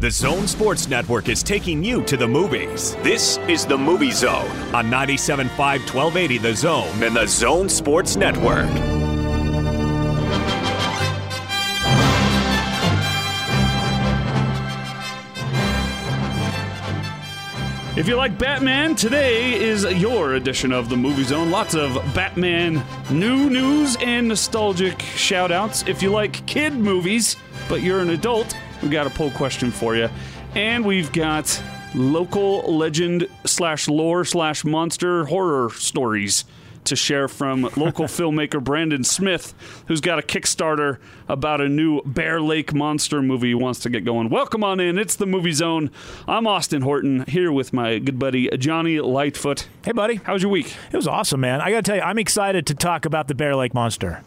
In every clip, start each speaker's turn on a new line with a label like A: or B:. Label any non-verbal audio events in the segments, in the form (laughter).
A: The Zone Sports Network is taking you to the movies. This is the Movie Zone on 97.5 1280 The Zone and the Zone Sports Network.
B: If you like Batman, today is your edition of the Movie Zone. Lots of Batman new news and nostalgic shout outs. If you like kid movies, but you're an adult, we got a poll question for you. And we've got local legend slash lore slash monster horror stories to share from
C: (laughs)
B: local filmmaker Brandon Smith, who's got a Kickstarter about a new Bear Lake monster movie he wants to get going. Welcome on in. It's the Movie Zone. I'm Austin Horton here with my good buddy Johnny Lightfoot.
C: Hey, buddy.
B: How's your week?
C: It was awesome, man. I got to tell you, I'm excited to talk about the Bear Lake Monster.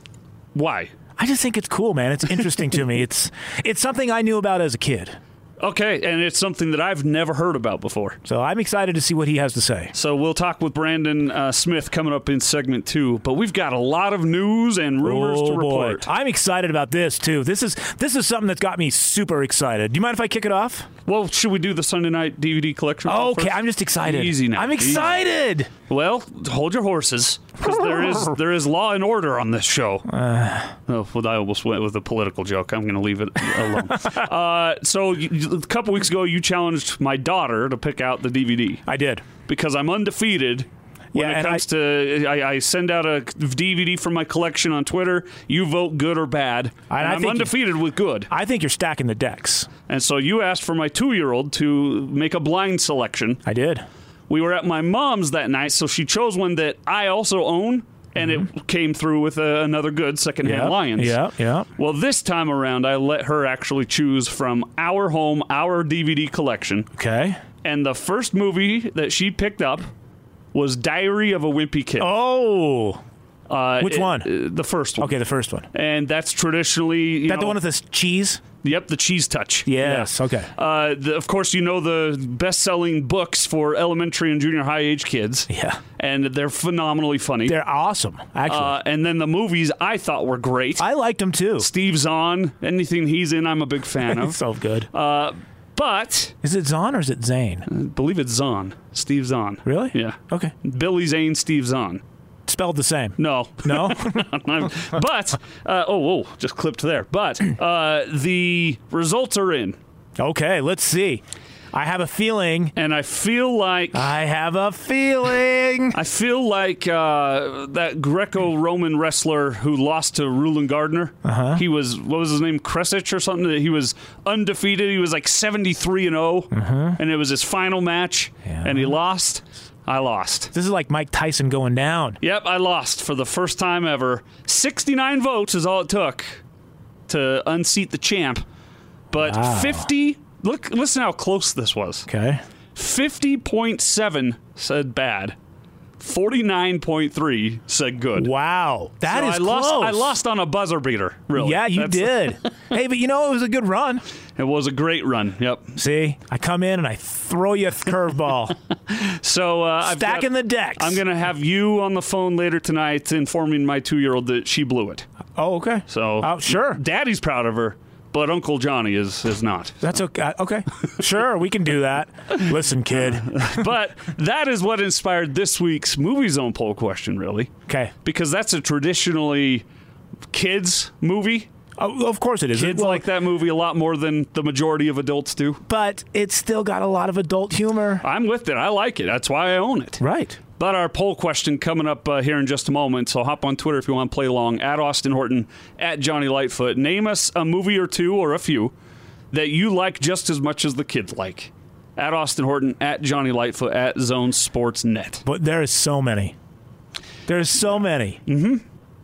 B: Why?
C: I just think it's cool, man. It's interesting
B: (laughs)
C: to me. It's it's something I knew about as a kid.
B: Okay, and it's something that I've never heard about before.
C: So I'm excited to see what he has to say.
B: So we'll talk with Brandon uh, Smith coming up in segment two. But we've got a lot of news and rumors
C: oh
B: to report.
C: boy. I'm excited about this too. This is this is something that's got me super excited. Do you mind if I kick it off?
B: Well, should we do the Sunday night DVD collection? call
C: Okay,
B: first?
C: I'm just excited.
B: Oh, Easy now.
C: I'm
B: Easy.
C: excited.
B: Well, hold your horses, because there
C: (laughs)
B: is there is law and order on this show.
C: Uh.
B: oh, well, I almost went with a political joke. I'm going to leave it
C: (laughs)
B: alone. uh, so, you- you, a couple weeks ago, you challenged my daughter to pick out the DVD
C: I did.
B: because I'm undefeated. When
C: Yeah,
B: it
C: and
B: comes to, I, I send out a DVD from my collection on Twitter. You vote good or bad,
C: I-
B: and
C: I
B: I'm
C: think you-
B: undefeated with good.
C: I think you're stacking the decks.
B: And so you asked for my two-year-old to make a blind selection.
C: I did.
B: we were at my mom's that night, so she chose one that I also own, and
C: Mm-hmm.
B: it came through with uh, another good secondhand
C: Yeah.
B: Lions.
C: Yeah, yeah.
B: Well, this time around, I let her actually choose from our home, our DVD collection,
C: Okay.
B: and the first movie that she picked up was Diary of a Wimpy Kid.
C: Oh.
B: Uh,
C: which
B: it-
C: one?
B: uh, the first one.
C: Okay, the first one.
B: And that's traditionally you
C: That
B: know,
C: the one with the s- cheese?
B: Yep, the cheese touch.
C: Yes.
B: Yeah.
C: Okay.
B: Uh, the, of course, you know the best-selling books for elementary and junior high age kids.
C: Yeah.
B: and they're phenomenally funny.
C: They're awesome, actually.
B: uh, and then the movies I thought were great.
C: I liked them too.
B: Steve Zahn, anything he's in, I'm a big fan
C: It's (laughs)
B: of.
C: so good.
B: Uh, but
C: Is it Zahn or is it Zane?
B: I believe it's Zahn, Steve Zahn.
C: Really?
B: Yeah.
C: Okay.
B: Billy Zane, Steve Zahn.
C: Spelled the same.
B: No, (laughs)
C: No? (laughs)
B: but uh, oh, whoa, just clipped there. But uh, the results are in,
C: okay, let's see. I have a feeling.
B: and I feel like
C: I have
B: (laughs)
C: a feeling.
B: I feel like uh, that Greco-Roman wrestler who lost to Rulon Gardner. Uh-huh. He was what was his name, Kresich or something. That he was undefeated. He was like seventy-three and 0 and it was his final match, and he lost. I lost.
C: This is like Mike Tyson going down.
B: Yep, I lost for the first time ever. Sixty-nine votes is all it took to unseat the champ, but
C: Wow.
B: fifty. Look, listen how close this was.
C: Okay.
B: 50.7 said bad. 49.3 said good.
C: Wow. that
B: So
C: is
B: I lost
C: close.
B: I lost on a buzzer beater, really.
C: Yeah, you
B: That's-
C: did.
B: (laughs)
C: hey, but you know, it was a good run.
B: It was a great run. Yep.
C: See, I come in and I throw you a curveball.
B: So uh (laughs) I've got-
C: Stacking the decks.
B: I'm going to have you on the phone later tonight informing my 2-year-old that she blew it.
C: Oh, okay.
B: So (laughs)
C: Oh, sure.
B: Daddy's proud of her, but Uncle Johnny is is
C: (laughs)
B: not.
C: That's okay. Okay. Sure, we can do that. Listen, kid.
B: (laughs) but that is what inspired this week's movie zone poll question really.
C: Okay.
B: Because that's a traditionally kids movie.
C: Oh, of course it is.
B: Kids
C: Well,
B: like that movie a lot more than the majority of adults do.
C: but it's still got a lot of adult humor.
B: I'm with it. I like it. That's why I own it.
C: Right.
B: But our poll question coming up uh, here in just a moment. So hop on Twitter if you want to play along at Austin Horton, at Johnny Lightfoot. Name us a movie or two or a few that you like just as much as the kids like. At Austin Horton, at Johnny Lightfoot, at Zone Sports Net.
C: But there is so many. There is so many.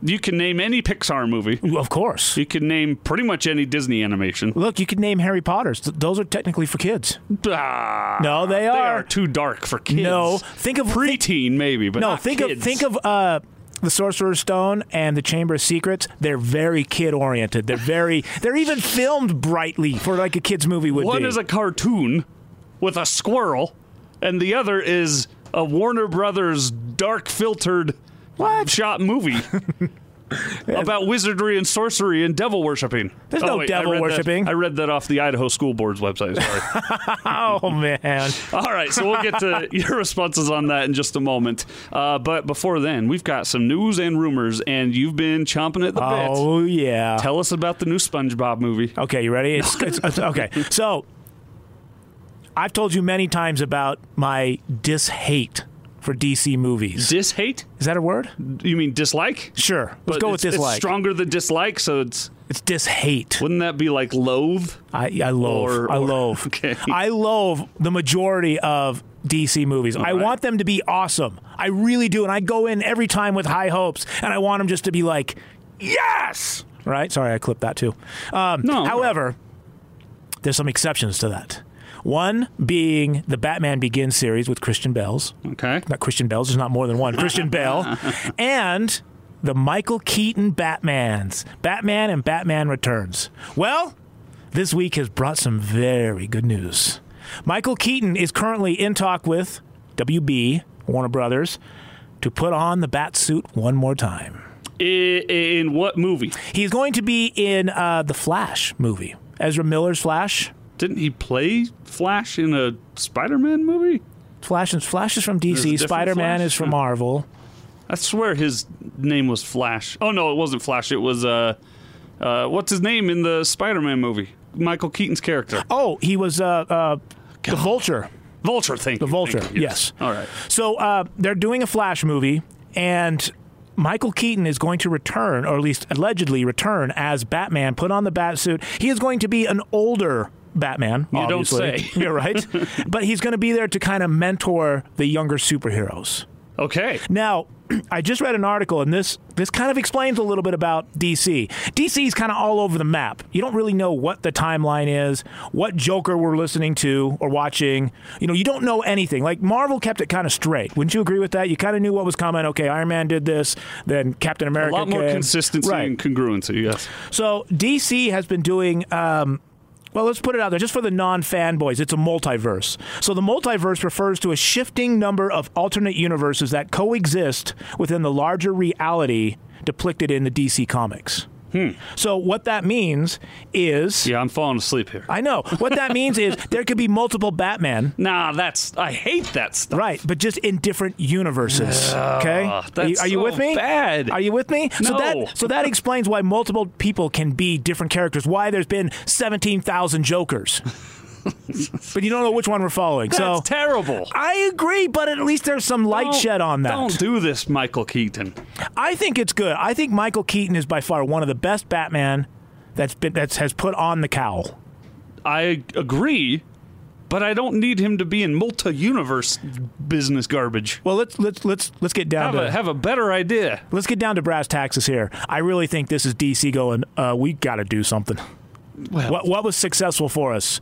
B: You can name any Pixar movie.
C: Of course.
B: You can name pretty much any Disney animation.
C: Look, you could name Harry Potter's. Th- Those are technically for kids.
B: Ah,
C: No, they
B: They
C: are.
B: are too dark for kids.
C: No, think of think,
B: preteen maybe, but
C: no.
B: not
C: Think
B: kids.
C: of think of uh, the Sorcerer's Stone and the Chamber of Secrets. They're very kid oriented. They're very. they're even filmed brightly for like a kids movie would
B: One
C: be.
B: is a cartoon with a squirrel, and the other is a Warner Brothers dark filtered
C: What? (laughs)
B: shot movie. about wizardry and sorcery and devil worshiping. Oh,
C: There's no devil
B: I read that-
C: worshiping.
B: I read that off the Idaho School Board's website.
C: (laughs)
B: Sorry.
C: Oh man,
B: All right, so we'll get
C: (laughs)
B: to your responses on that in just a moment. Uh, but before then, we've got some news and rumors, and you've been chomping at the bit.
C: oh yeah.
B: Tell us about the new SpongeBob movie.
C: Okay, you ready? It's, it's,
B: (laughs)
C: it's- okay. So, I've told you many times about my dis-hate for DC movies.
B: Dishate?
C: Is that a word?
B: You mean dislike?
C: Sure. Let's
B: But
C: go with
B: it's- It's
C: dislike.
B: stronger than dislike, so it's
C: It's dis-hate.
B: wouldn't that be like loathe?
C: I, I loathe.
B: Or-
C: I
B: or-
C: loathe.
B: (laughs) okay.
C: I loathe the majority of DC movies. I
B: right.
C: want them to be awesome. I really do. And I go in every time with high hopes, and I want them just to be like, yes! Right? Sorry, I clipped that too. Um,
B: No.
C: However, there's some exceptions to that. One being the Batman Begins series with Christian Bell's
B: Okay.
C: not Christian Bell's. There's not more than one. Christian Bell and the Michael Keaton Batmans, Batman and Batman Returns. Well, this week has brought some very good news. Michael Keaton is currently in talk with WB Warner Brothers to put on the bat suit one more time.
B: I- In what movie?
C: He's going to be in uh, the Flash movie, Ezra Miller's Flash.
B: Didn't he play Flash in a Spider-Man movie?
C: Flash is, Flash is from
B: There's a
C: DC.
B: different
C: Spider Man
B: Flash?
C: is from Marvel.
B: I swear his name was Flash. Oh no, it wasn't Flash. It was uh, uh what's his name in the Spider-Man movie? Michael Keaton's character,
C: Oh, he was uh, uh, the Vulture.
B: Vulture. Thank the
C: Vulture, yes.
B: All right.
C: So uh, they're doing a Flash movie, and Michael Keaton is going to return, or at least allegedly return, as Batman. Put on the bat suit. He is going to be an older Batman. You
B: don't
C: obviously.
B: say.
C: (laughs)
B: (laughs)
C: You're right, but he's going to be there to kind of mentor the younger superheroes.
B: Okay.
C: Now, (clears throat) I just read an article, and this this kind of explains a little bit about DC. DC is kind of all over the map. You don't really know what the timeline is, what Joker we're listening to or watching. You know, you don't know anything. Like Marvel kept it kind of straight. Wouldn't you agree with that? You kind of knew what was coming. Okay, Iron Man did this, then Captain
B: A
C: America.
B: lot more
C: came.
B: consistency
C: right?
B: and congruency. Yes.
C: So DC has been doing. Um, well, let's put it out there. Just for the non fanboys, it's a multiverse. So the multiverse refers to a shifting number of alternate universes that coexist within the larger reality depicted in the DC comics. So what that means is.
B: Yeah, I'm falling asleep here.
C: I know. What that means is there could be multiple Batman,
B: nah, that's I hate that stuff.
C: right, but just in different universes. Okay? are you,
B: Oh, that's
C: are you
B: so
C: with me?
B: bad.
C: Are you with me?
B: No.
C: So that so that explains why multiple people can be different characters. Why there's been seventeen
B: (laughs)
C: thousand Jokers, but you don't know which one we're following.
B: That's
C: so
B: terrible.
C: I agree, but at least there's some light
B: Don't-
C: shed on that.
B: Don't do this, Michael Keaton.
C: I think it's good. I think Michael Keaton is by far one of the best Batman that's been that's has put on the cowl.
B: I agree, but I don't need him to be in multi-universe business garbage.
C: Well, let's let's let's let's get down
B: Have
C: to
B: a have a better idea.
C: let's get down to brass taxes here. I really think this is DC going. Uh, we got to do something.
B: Well-
C: what what was successful for us?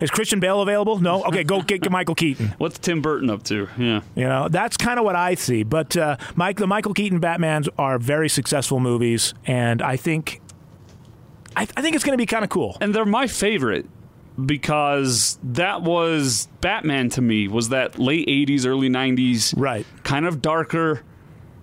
C: Is Christian Bale available? No. Okay, go get Michael Keaton.
B: What's Tim Burton up to? Yeah.
C: You know, that's kind of what I see. But uh, Mike, the Michael Keaton Batman's are very successful movies, and I think, I, I think it's going to be kind of cool.
B: and they're my favorite because that was Batman to me was that late 80s early 90s
C: Right.
B: kind of darker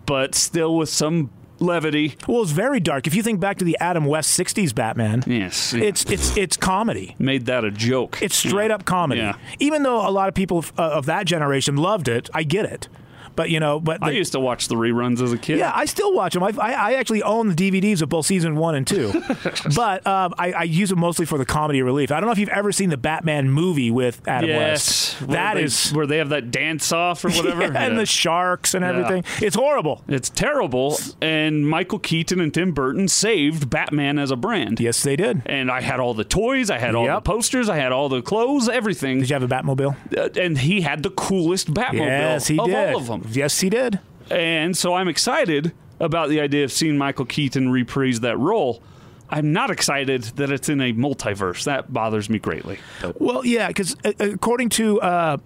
B: but still with some levity
C: Well, it's very dark. If you think back to the Adam West '60s Batman,
B: yes yeah.
C: it's it's it's comedy.
B: made that a joke
C: It's straight up comedy.
B: Yeah.
C: Even though a lot of people of, uh, of that generation loved it, I get it. But you know, but
B: I
C: the-
B: used to watch the reruns as a kid
C: Yeah, I still watch them. I, I, I actually own the DVDs of both season one and two,
B: (laughs)
C: but um, I, I use them mostly for the comedy relief. I don't know if you've ever seen the Batman movie with Adam
B: yes
C: West.
B: where
C: That
B: they,
C: is,
B: where they have that dance off
C: (laughs)
B: or (laughs) whatever
C: Yeah, and
B: Yeah.
C: the sharks and everything. It's horrible.
B: it's terrible and Michael Keaton and Tim Burton saved Batman as a brand
C: Yes, they did.
B: and I had all the toys I had all the
C: Yep.
B: posters I had all the clothes everything
C: Did you have a Batmobile?
B: Uh, and he had the coolest Batmobile
C: yes, he
B: of
C: did.
B: all of them.
C: Yes, he did.
B: And so I'm excited about the idea of seeing Michael Keaton reprise that role. I'm not excited that it's in a multiverse. That bothers me greatly.
C: Well, yeah, because according to uh,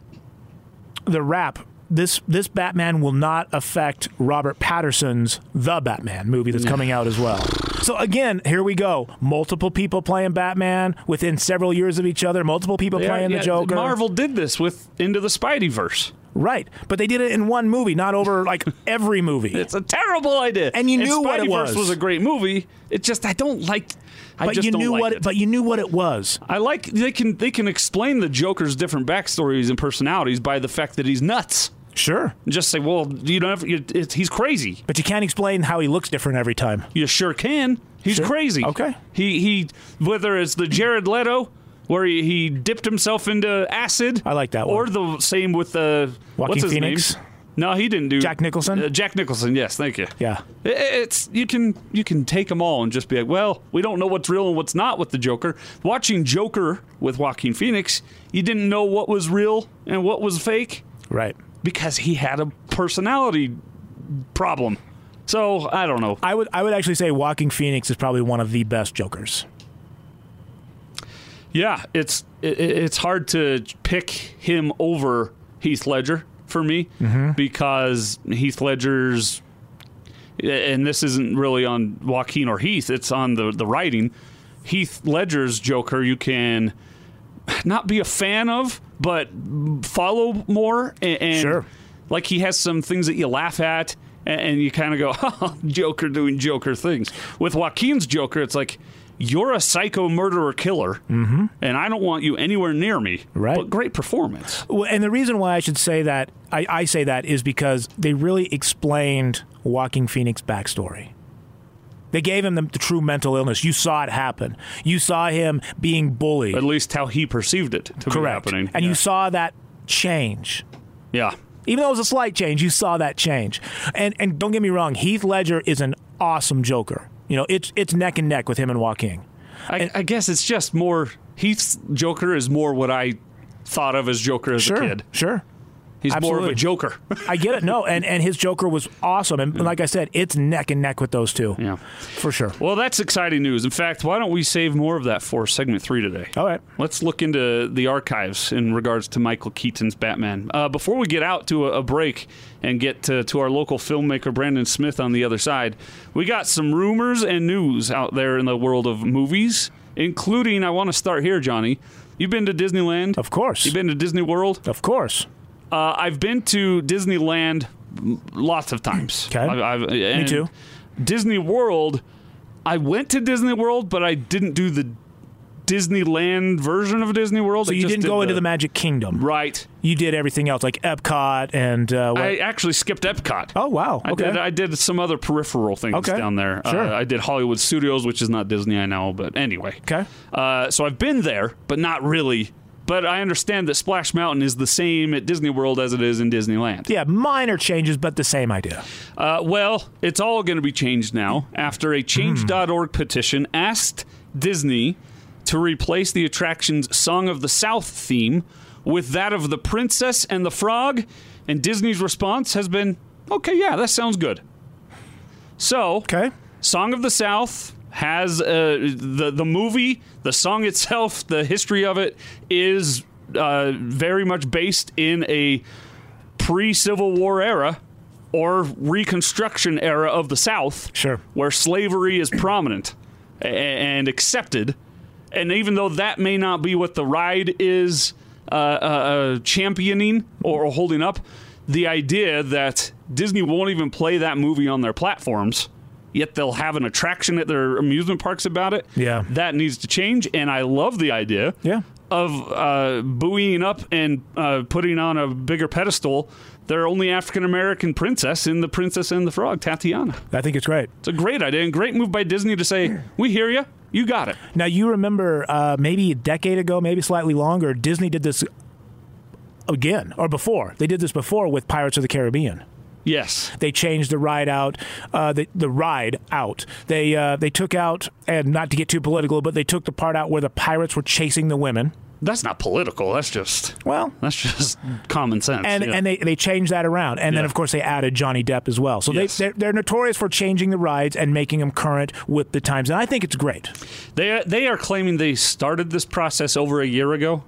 C: the rap, this this Batman will not affect Robert Patterson's The Batman movie that's coming out as well. So again, here we go. Multiple people playing Batman within several years of each other. Multiple people
B: Yeah,
C: playing
B: yeah,
C: the Joker.
B: Marvel did this with Into the Spideyverse.
C: Right. But they did it in one movie, not over like every movie.
B: It's a terrible idea.
C: And you knew what it
B: Spideyverse
C: was.
B: was a great movie. It just I don't like. I
C: but
B: just
C: you
B: don't
C: knew
B: like
C: what
B: It.
C: but you knew what it was.
B: I like they can they can explain the Joker's different backstories and personalities by the fact that he's nuts.
C: Sure.
B: Just say, well, you don't have you, it's, he's crazy.
C: But you can't explain how he looks different every time.
B: You sure can. He's
C: Sure.
B: crazy.
C: Okay.
B: He he whether it's the Jared Leto where he, he dipped himself into acid.
C: I like that
B: Or
C: one.
B: the same with uh, what's
C: Joaquin
B: his
C: Phoenix?
B: name? No, he didn't do
C: Jack Nicholson?
B: Uh, Jack Nicholson. Yes, thank you.
C: Yeah.
B: I- It's you can you can take them all and just be like, well, we don't know what's real and what's not with the Joker. Watching Joker with Joaquin Phoenix, you didn't know what was real and what was fake
C: Right.
B: because he had a personality problem. So I don't know.
C: I would I would actually say Walking Phoenix is probably one of the best Jokers.
B: Yeah, it's it, it- it's hard to pick him over Heath Ledger for me because Heath Ledger's and this isn't really on Joaquin or Heath, it's on the the writing. Heath Ledger's Joker you can not be a fan of, but follow more and, and
C: Sure.
B: like he has some things that you laugh at and, and you kind of go, (laughs) oh, Joker doing Joker things. With Joaquin's Joker, it's like you're a psycho murderer killer, mm-hmm. and I don't want you anywhere near me.
C: Right.
B: But great performance.
C: Well, and the reason why I should say that I, I say that is because they really explained Walking Phoenix backstory. They gave him the, the true mental illness. You saw it happen. You saw him being bullied.
B: At least how he perceived it to
C: Correct.
B: be happening.
C: And
B: yeah.
C: you saw that change.
B: yeah.
C: Even though it was a slight change, you saw that change. And and don't get me wrong, Heath Ledger is an awesome Joker. You know, it's it's neck and neck with him and Joaquin.
B: I, I guess it's just more Heath's Joker is more what I thought of as Joker as
C: Sure,
B: a kid.
C: sure.
B: He's more of
C: Absolutely.
B: a Joker. (laughs)
C: I get it. No, and and his Joker was awesome. And like I said, it's neck and neck with those two.
B: yeah.
C: for sure.
B: Well, that's exciting news. In fact, why don't we save more of that for segment three today?
C: All right.
B: Let's look into the archives in regards to Michael Keaton's Batman. Uh, before we get out to a, a break and get to, to our local filmmaker Brandon Smith on the other side, we got some rumors and news out there in the world of movies, including I want to start here, Johnny. You've been to Disneyland.
C: Of course.
B: You've been to Disney World.
C: Of course.
B: Uh, I've been to Disneyland m- lots of times.
C: 'Kay.
B: I've, I've, and
C: too.
B: Disney World. I went to Disney World, but I didn't do the Disneyland version of Disney World.
C: So you didn't go into the Magic Kingdom.
B: right.
C: You did everything else, like Epcot and uh, what?
B: I actually skipped Epcot.
C: oh wow.
B: I
C: Okay.
B: did. I did some other peripheral things
C: Okay.
B: down there.
C: Sure.
B: Uh, I did Hollywood Studios, which is not Disney, I know, but anyway.
C: Okay.
B: Uh, so I've been there, but not really. But I understand that Splash Mountain is the same at Disney World as it is in Disneyland.
C: yeah, minor changes, but the same idea.
B: Uh, well, it's all going to be changed now after a change.org petition asked Disney to replace the attraction's Song of the South theme with that of the Princess and the Frog, and Disney's response has been, "Okay, yeah, that sounds good." So,
C: Okay.
B: Song of the South has uh, the the movie, the song (laughs) itself, the history of it is uh, very much based in a pre Civil War era or Reconstruction era of the South,
C: Sure.
B: where slavery is prominent a- and accepted. And even though that may not be what the ride is uh, uh, uh, championing or holding up, the idea that Disney won't even play that movie on their platforms, yet they'll have an attraction at their amusement parks about it.
C: Yeah.
B: That needs to change. And I love the idea
C: Yeah.
B: of uh, buoying up and uh, putting on a bigger pedestal their only African American princess in The Princess and the Frog, Tatiana.
C: I think it's great.
B: It's a great idea and great move by Disney to say, "We hear you, you got it."
C: Now you remember uh, maybe a decade ago, maybe slightly longer, Disney did this again or before. They did this before with Pirates of the Caribbean.
B: Yes,
C: They changed the ride out, uh, the, the ride out. They uh, they took out, and not to get too political, but they took the part out where the pirates were chasing the women.
B: that's not political. That's just
C: Well,
B: that's just common sense.
C: and
B: yeah.
C: and they, they changed that around, and then
B: Yeah.
C: of course they added Johnny Depp as well. So
B: Yes.
C: they they're, they're notorious for changing the rides and making them current with the times, and I think it's great.
B: they they are claiming they started this process over a year ago,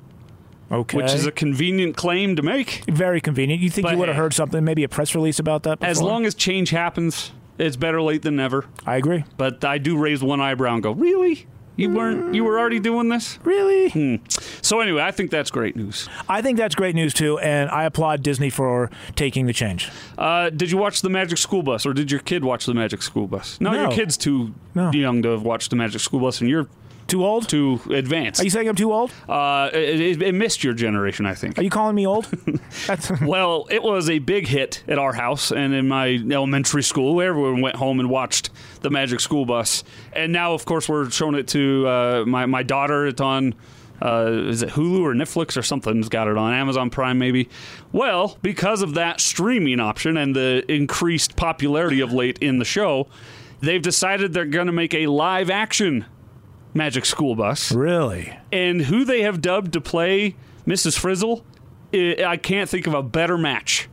C: Okay,
B: which is a convenient claim to make.
C: very convenient. You think
B: But
C: you would have
B: hey.
C: heard something, maybe a press release about that? Before?
B: As long as change happens, it's better late than never.
C: I agree.
B: But I do raise one eyebrow and go, "Really? You weren't. You were already doing this.
C: Really?
B: Hmm. So anyway, I think that's great news.
C: I think that's great news too, and I applaud Disney for taking the change.
B: Uh, did you watch the Magic School Bus, or did your kid watch the Magic School Bus? No, your
C: No.
B: kid's too
C: No.
B: young to have watched the Magic School Bus, and you're
C: Too old?
B: too advanced.
C: Are you saying I'm too old?
B: uh, it, it- it missed your generation, I think.
C: Are you calling me
B: (laughs)
C: old? That's (laughs)
B: Well, it was a big hit at our house and in my elementary school. Everyone went home and watched the Magic School Bus, and now, of course, we're showing it to uh, my my daughter. It's on. Uh, is it Hulu or Netflix or something? It's got it on Amazon Prime, maybe. Well, because of that streaming option and the increased popularity of late in the show, they've decided they're going to make a live action Magic School Bus
C: really.
B: and who they have dubbed to play Mrs. Frizzle, I I can't think of a better match.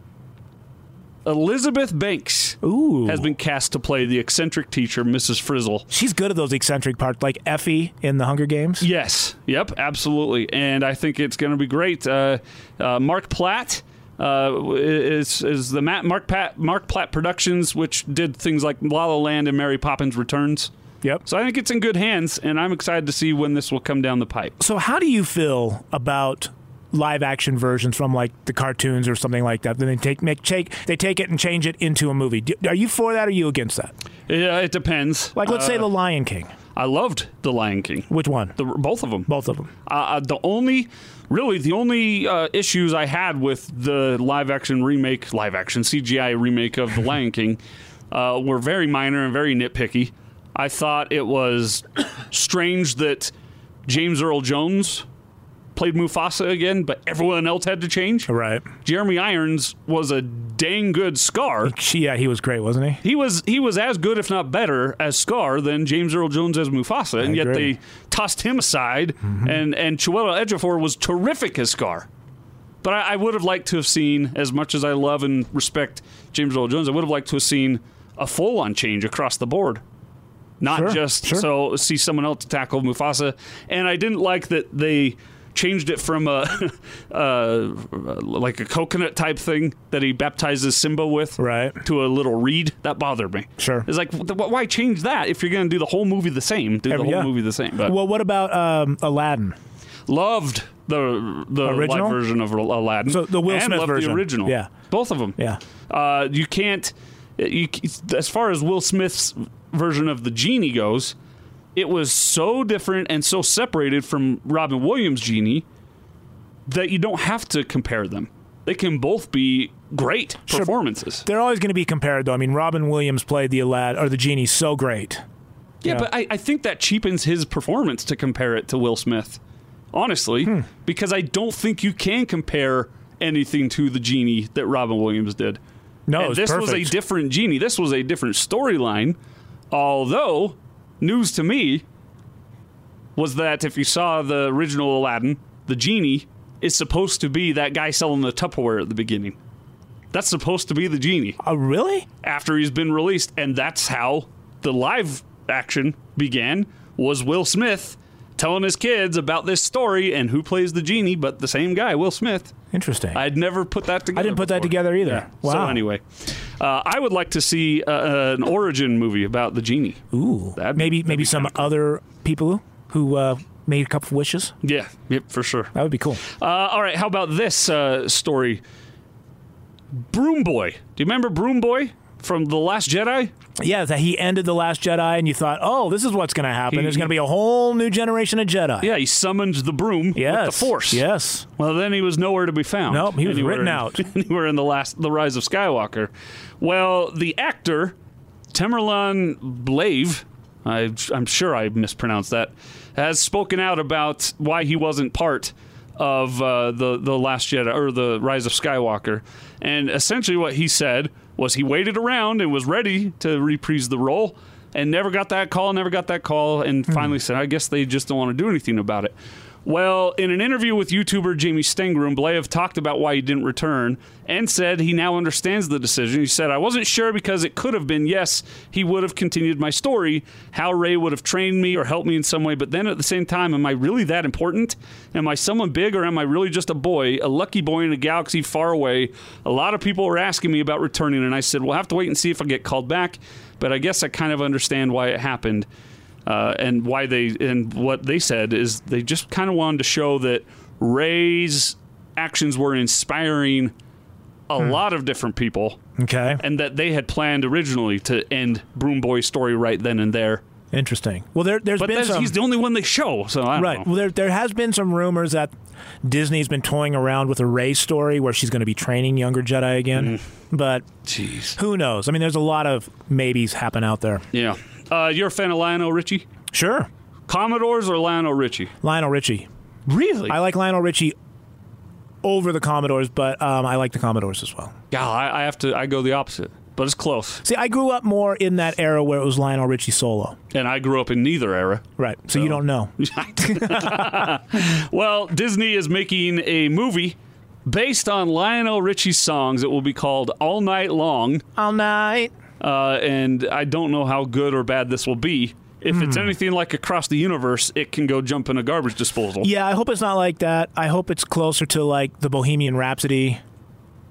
B: Elizabeth Banks
C: Ooh.
B: has been cast to play the eccentric teacher, Mrs. Frizzle.
C: She's good at those eccentric parts, like Effie in The Hunger Games.
B: Yes, yep, absolutely. And I think it's going to be great. Uh, uh, Mark Platt. Uh, is is the Matt, Mark Pat Mark Platt Productions, which did things like La La Land and Mary Poppins Returns.
C: Yep.
B: So I think it's in good hands, and I'm excited to see when this will come down the pipe.
C: So, how do you feel about live action versions from like the cartoons or something like that? Then they take make take they take it and change it into a movie. Do, are you for that? or Are you against that?
B: Yeah, it depends.
C: Like, let's
B: Uh,
C: say The Lion King.
B: I loved The Lion King.
C: Which one?
B: The, both of them.
C: Both of them.
B: Uh, uh, the only, really, the only uh, issues I had with the live action remake, live action CGI remake of The Lion King, uh, were very minor and very nitpicky. I thought it was strange that James Earl Jones played Mufasa again, but everyone else had to change.
C: Right.
B: Jeremy Irons was a dang good Scar.
C: She, yeah, he was great, wasn't he?
B: He was he was as good, if not better, as Scar than James Earl Jones as Mufasa, and yet
C: agree.
B: they tossed him aside.
C: Mm-hmm.
B: And and Chiwetel Ejiofor was terrific as Scar. But I, I would have liked to have seen, as much as I love and respect James Earl Jones, I would have liked to have seen a full on change across the board, not
C: Sure,
B: just
C: sure.
B: so see someone else tackle Mufasa. And I didn't like that they. Changed it from a, (laughs) uh, like a coconut type thing that he baptizes Simba with,
C: Right.
B: to a little read that bothered me.
C: Sure.
B: it's like wh- wh- why change that if you're going to do the whole movie the same? Do
C: Every-
B: the whole
C: yeah.
B: movie the same. But
C: Well, what about um, Aladdin?
B: loved the the
C: Original?
B: live version of Al- Aladdin.
C: So the Will
B: and
C: Smith
B: loved
C: version.
B: the original.
C: Yeah.
B: both of them.
C: Yeah.
B: uh, you can't. You, c- as far as Will Smith's version of the genie goes, it was so different and so separated from Robin Williams' genie that you don't have to compare them. They can both be great performances.
C: They're always going to be compared, though. I mean, Robin Williams played the Aladdin or the genie so great.
B: Yeah, but I, I think that cheapens his performance to compare it to Will Smith, honestly,
C: Hmm.
B: because I don't think you can compare anything to the genie that Robin Williams did.
C: No, Oh, it
B: and
C: was
B: this
C: perfect.
B: was a different genie. This was a different storyline. Although, news to me was that if you saw the original Aladdin, the genie is supposed to be that guy selling the Tupperware at the beginning. That's supposed to be the genie
C: oh, really?
B: after he's been released and that's how the live action began was Will Smith telling his kids about this story and who plays the genie but the same guy Will Smith
C: Interesting.
B: I'd never put that together
C: I didn't put that
B: before.
C: together either.
B: Yeah.
C: Wow.
B: so anyway uh, I would like to see uh, an origin movie about the genie
C: Ooh.
B: That'd-
C: maybe
B: that'd
C: maybe
B: be
C: some other people who uh, made a couple wishes.
B: yeah yep for sure
C: That would be cool.
B: uh, all right how about this uh, story Broom Boy do you remember Broom Boy from The Last Jedi
C: Yeah, that he ended the Last Jedi, and you thought, oh, this is what's going to happen.
B: He-
C: There's
B: he-
C: going to be a whole new generation of Jedi.
B: yeah he summons the broom
C: Yes.
B: with the force
C: Yes.
B: Well, then he was nowhere to be found.
C: Nope, he was
B: Anywhere
C: written
B: in-
C: out.
B: (laughs) Anywhere in the last, the Rise of Skywalker. Well, the actor Tamerlan Blave, I, I'm sure I mispronounced that, has spoken out about why he wasn't part of uh, the the Last Jedi or the Rise of Skywalker, and essentially what he said was he waited around and was ready to reprise the role. And never got that call, never got that call, and finally said, I guess they just don't want to do anything about it. Well, in an interview with YouTuber Jamie Stengroom, Blaev talked about why he didn't return and said he now understands the decision. He said, I wasn't sure because it could have been, yes, he would have continued my story, how Ray would have trained me or helped me in some way, but then at the same time, am I really that important? Am I someone big or am I really just a boy, a lucky boy in a galaxy far away? A lot of people were asking me about returning, and I said, we'll have to wait and see if I get called back, but I guess I kind of understand why it happened. uh, and why they and what they said is they just kind of wanted to show that Ray's actions were inspiring a
C: Hmm.
B: lot of different people,
C: Okay.
B: and that they had planned originally to end Broom Boy's story right then and there.
C: Interesting. Well, there, there's
B: But
C: been
B: that's,
C: some.
B: he's the only one they show, so I don't
C: Right.
B: know.
C: Well, there, there has been some rumors that Disney's been toying around with a Rey story where she's going to be training younger Jedi again.
B: Mm-hmm.
C: But
B: Jeez.
C: who knows? I mean, there's a lot of maybes happen out there.
B: Yeah. Uh, you're a fan of Lionel Richie?
C: Sure.
B: Commodores or Lionel Richie?
C: Lionel Richie.
B: Really?
C: I like Lionel Richie over the Commodores, but um, I like the Commodores as well.
B: yeah, I, I have to. I go the opposite, but it's close.
C: See, I grew up more in that era where it was Lionel Richie solo.
B: And I grew up in neither era.
C: Right. So, you don't know.
B: Well, Disney is making a movie based on Lionel Richie's songs. It will be called All Night Long,
C: All night.
B: uh, and I don't know how good or bad this will be. If it's
C: Hmm.
B: anything like Across the Universe, it can go jump in a garbage disposal.
C: Yeah, I hope it's not like that. I hope it's closer to like the Bohemian Rhapsody,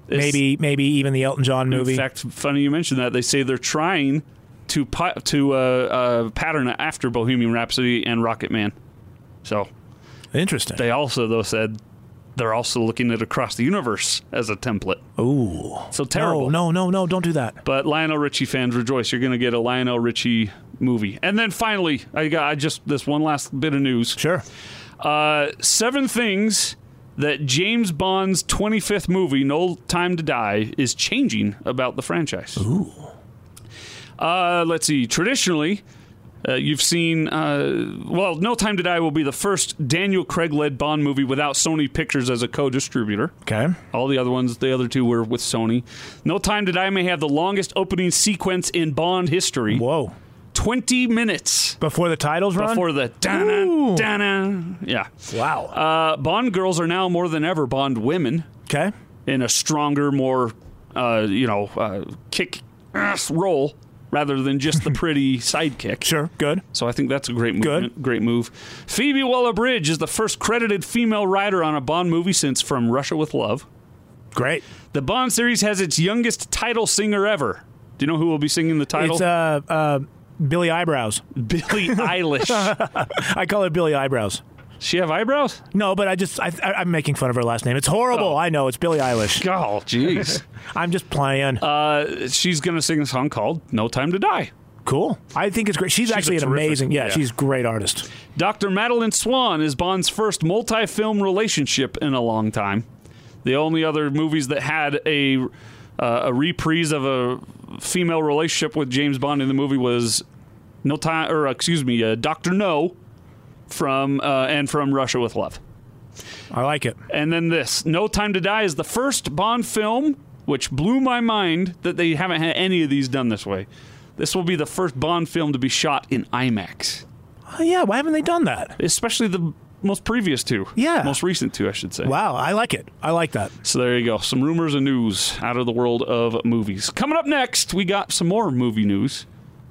B: It's-
C: maybe maybe even the Elton John movie.
B: In fact, funny you mentioned that. They say they're trying to pi- to uh, uh, pattern it after Bohemian Rhapsody and Rocket Man. So
C: Interesting.
B: they also though said they're also looking at Across the Universe as a template.
C: Ooh.
B: So terrible.
C: Oh, No, no, no, no, don't do that.
B: But Lionel Richie fans rejoice. You're going to get a Lionel Richie movie. And then finally, I got I just this one last bit of news.
C: Sure.
B: Uh, seven things that James Bond's 25th movie, No Time to Die, is changing about the franchise. Ooh. Uh, let's see. Traditionally, uh, you've seen, uh, well, No Time to Die will be the first Daniel Craig led Bond movie without Sony Pictures as a co distributor.
C: Okay.
B: All the other ones, the other two were with Sony. No Time to Die may have the longest opening sequence in Bond history.
C: Whoa.
B: 20 minutes
C: Before the titles run?
B: before the
C: Ooh.
B: dana, dana. Yeah.
C: wow.
B: Uh, Bond girls are now more than ever Bond women
C: okay.
B: in a stronger, more, uh, you know, uh, kick ass role rather than
C: (laughs)
B: just the pretty sidekick.
C: Sure. Good.
B: So I think that's a great
C: Good.
B: move. Great move. Phoebe Waller-Bridge is the first credited female writer on a Bond movie since From Russia with Love.
C: Great.
B: The Bond series has its youngest title singer ever. Do you know who will be singing the title?
C: It's uh uh Billy Eyebrows.
B: (laughs)
C: (laughs)
B: Billie Eilish. Does
C: I call her Billy Eyebrows.
B: she have eyebrows?
C: No, but I just I, I, I'm making fun of her last name. It's horrible. I know. It's Billie Eilish.
B: Oh, jeez.
C: I'm just playing.
B: uh, (laughs) she's going to sing a song called No Time to Die.
C: cool. I think it's great. She's, actually an
B: terrific-
C: amazing. Yeah,
B: yeah.
C: she's a great artist.
B: Dr. Madeline Swan is Bond's first multi film relationship in a long time. The only other movies that had a, uh, a reprise of a female relationship with James Bond in the movie was No Time, or excuse me, uh, Dr. No from, uh, and from Russia with Love.
C: I like it.
B: And then this No Time to Die is the first Bond film, which blew my mind that they haven't had any of these done this way. This will be the first Bond film to be shot in IMAX,
C: Oh, yeah. Why haven't they done that?
B: especially the most previous two.
C: Yeah.
B: Most recent two, I should say.
C: Wow. I like it. I like that.
B: So there you go. Some rumors and news out of the world of movies. Coming up next, we got some more movie news.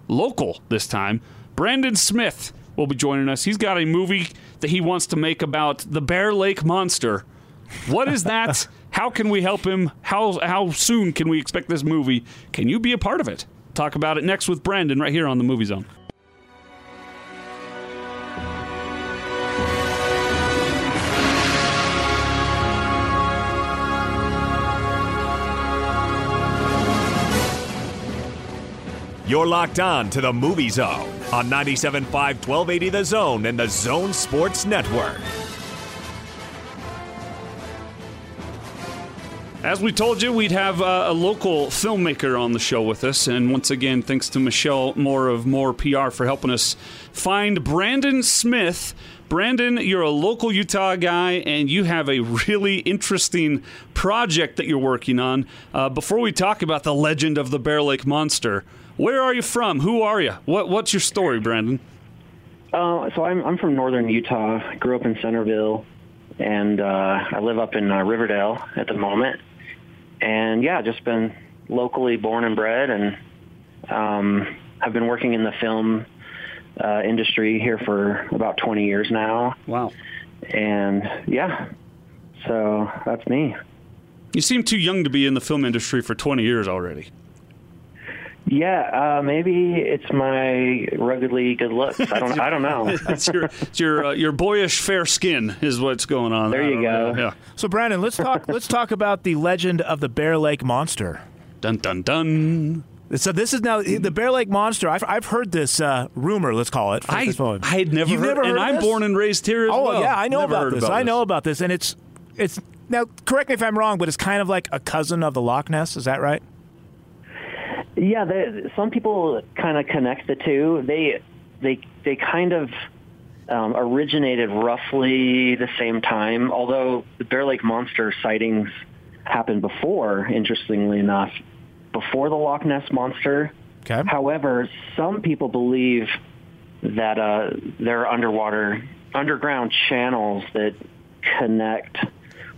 B: Local this time. Brandon Smith will be joining us. He's got a movie that he wants to make about the Bear Lake Monster. What is that? how can we help him? How how soon can we expect this movie? Can you be a part of it? Talk about it next with Brandon right here on the Movie Zone.
A: You're locked on to the Movie Zone on 97.5 1280 The Zone and the Zone Sports Network.
B: As we told you, we'd have uh, a local filmmaker on the show with us, and once again, thanks to Michelle Moore of Moore PR for helping us find Brandon Smith. Brandon, you're a local Utah guy, and you have a really interesting project that you're working on. Uh, before we talk about the legend of the Bear Lake Monster, where are you from? Who are you? What, what's your story, Brandon?
D: Uh, so I'm I'm from northern Utah. I grew up in Centerville, and uh, I live up in uh, Riverdale at the moment. And yeah, just been locally born and bred, and um, I've been working in the film uh, industry here for about 20 years now.
B: Wow.
D: And yeah, so that's me.
B: You seem too young to be in the film industry for 20 years already.
D: Yeah, uh, maybe it's my ruggedly good looks. I don't. I don't know.
B: (laughs) it's your it's your uh, your boyish fair skin is what's going on.
D: There
B: I
D: you
B: don't
D: go.
B: know. Yeah.
C: So Brandon, let's talk. let's talk about the legend of the Bear Lake Monster.
B: Dun dun dun.
C: So this is now the Bear Lake Monster. I've, I've heard this uh, rumor. Let's call it. for
B: I
C: this moment.
B: I had never.
C: You've
B: heard,
C: never heard
B: And
C: of
B: I'm
C: this?
B: born and raised here as
C: Oh
B: well.
C: yeah, I know
B: Never
C: about
B: heard
C: this. I know about this, and it's it's now. Correct me if I'm wrong, but it's kind of like a cousin of the Loch Ness. Is that right?
D: Yeah, they, some people kind of connect the two. They they they kind of um, originated roughly the same time, although the Bear Lake Monster sightings happened before, interestingly enough, before the Loch Ness Monster.
C: Okay.
D: However, some people believe that uh, there are underwater, underground channels that connect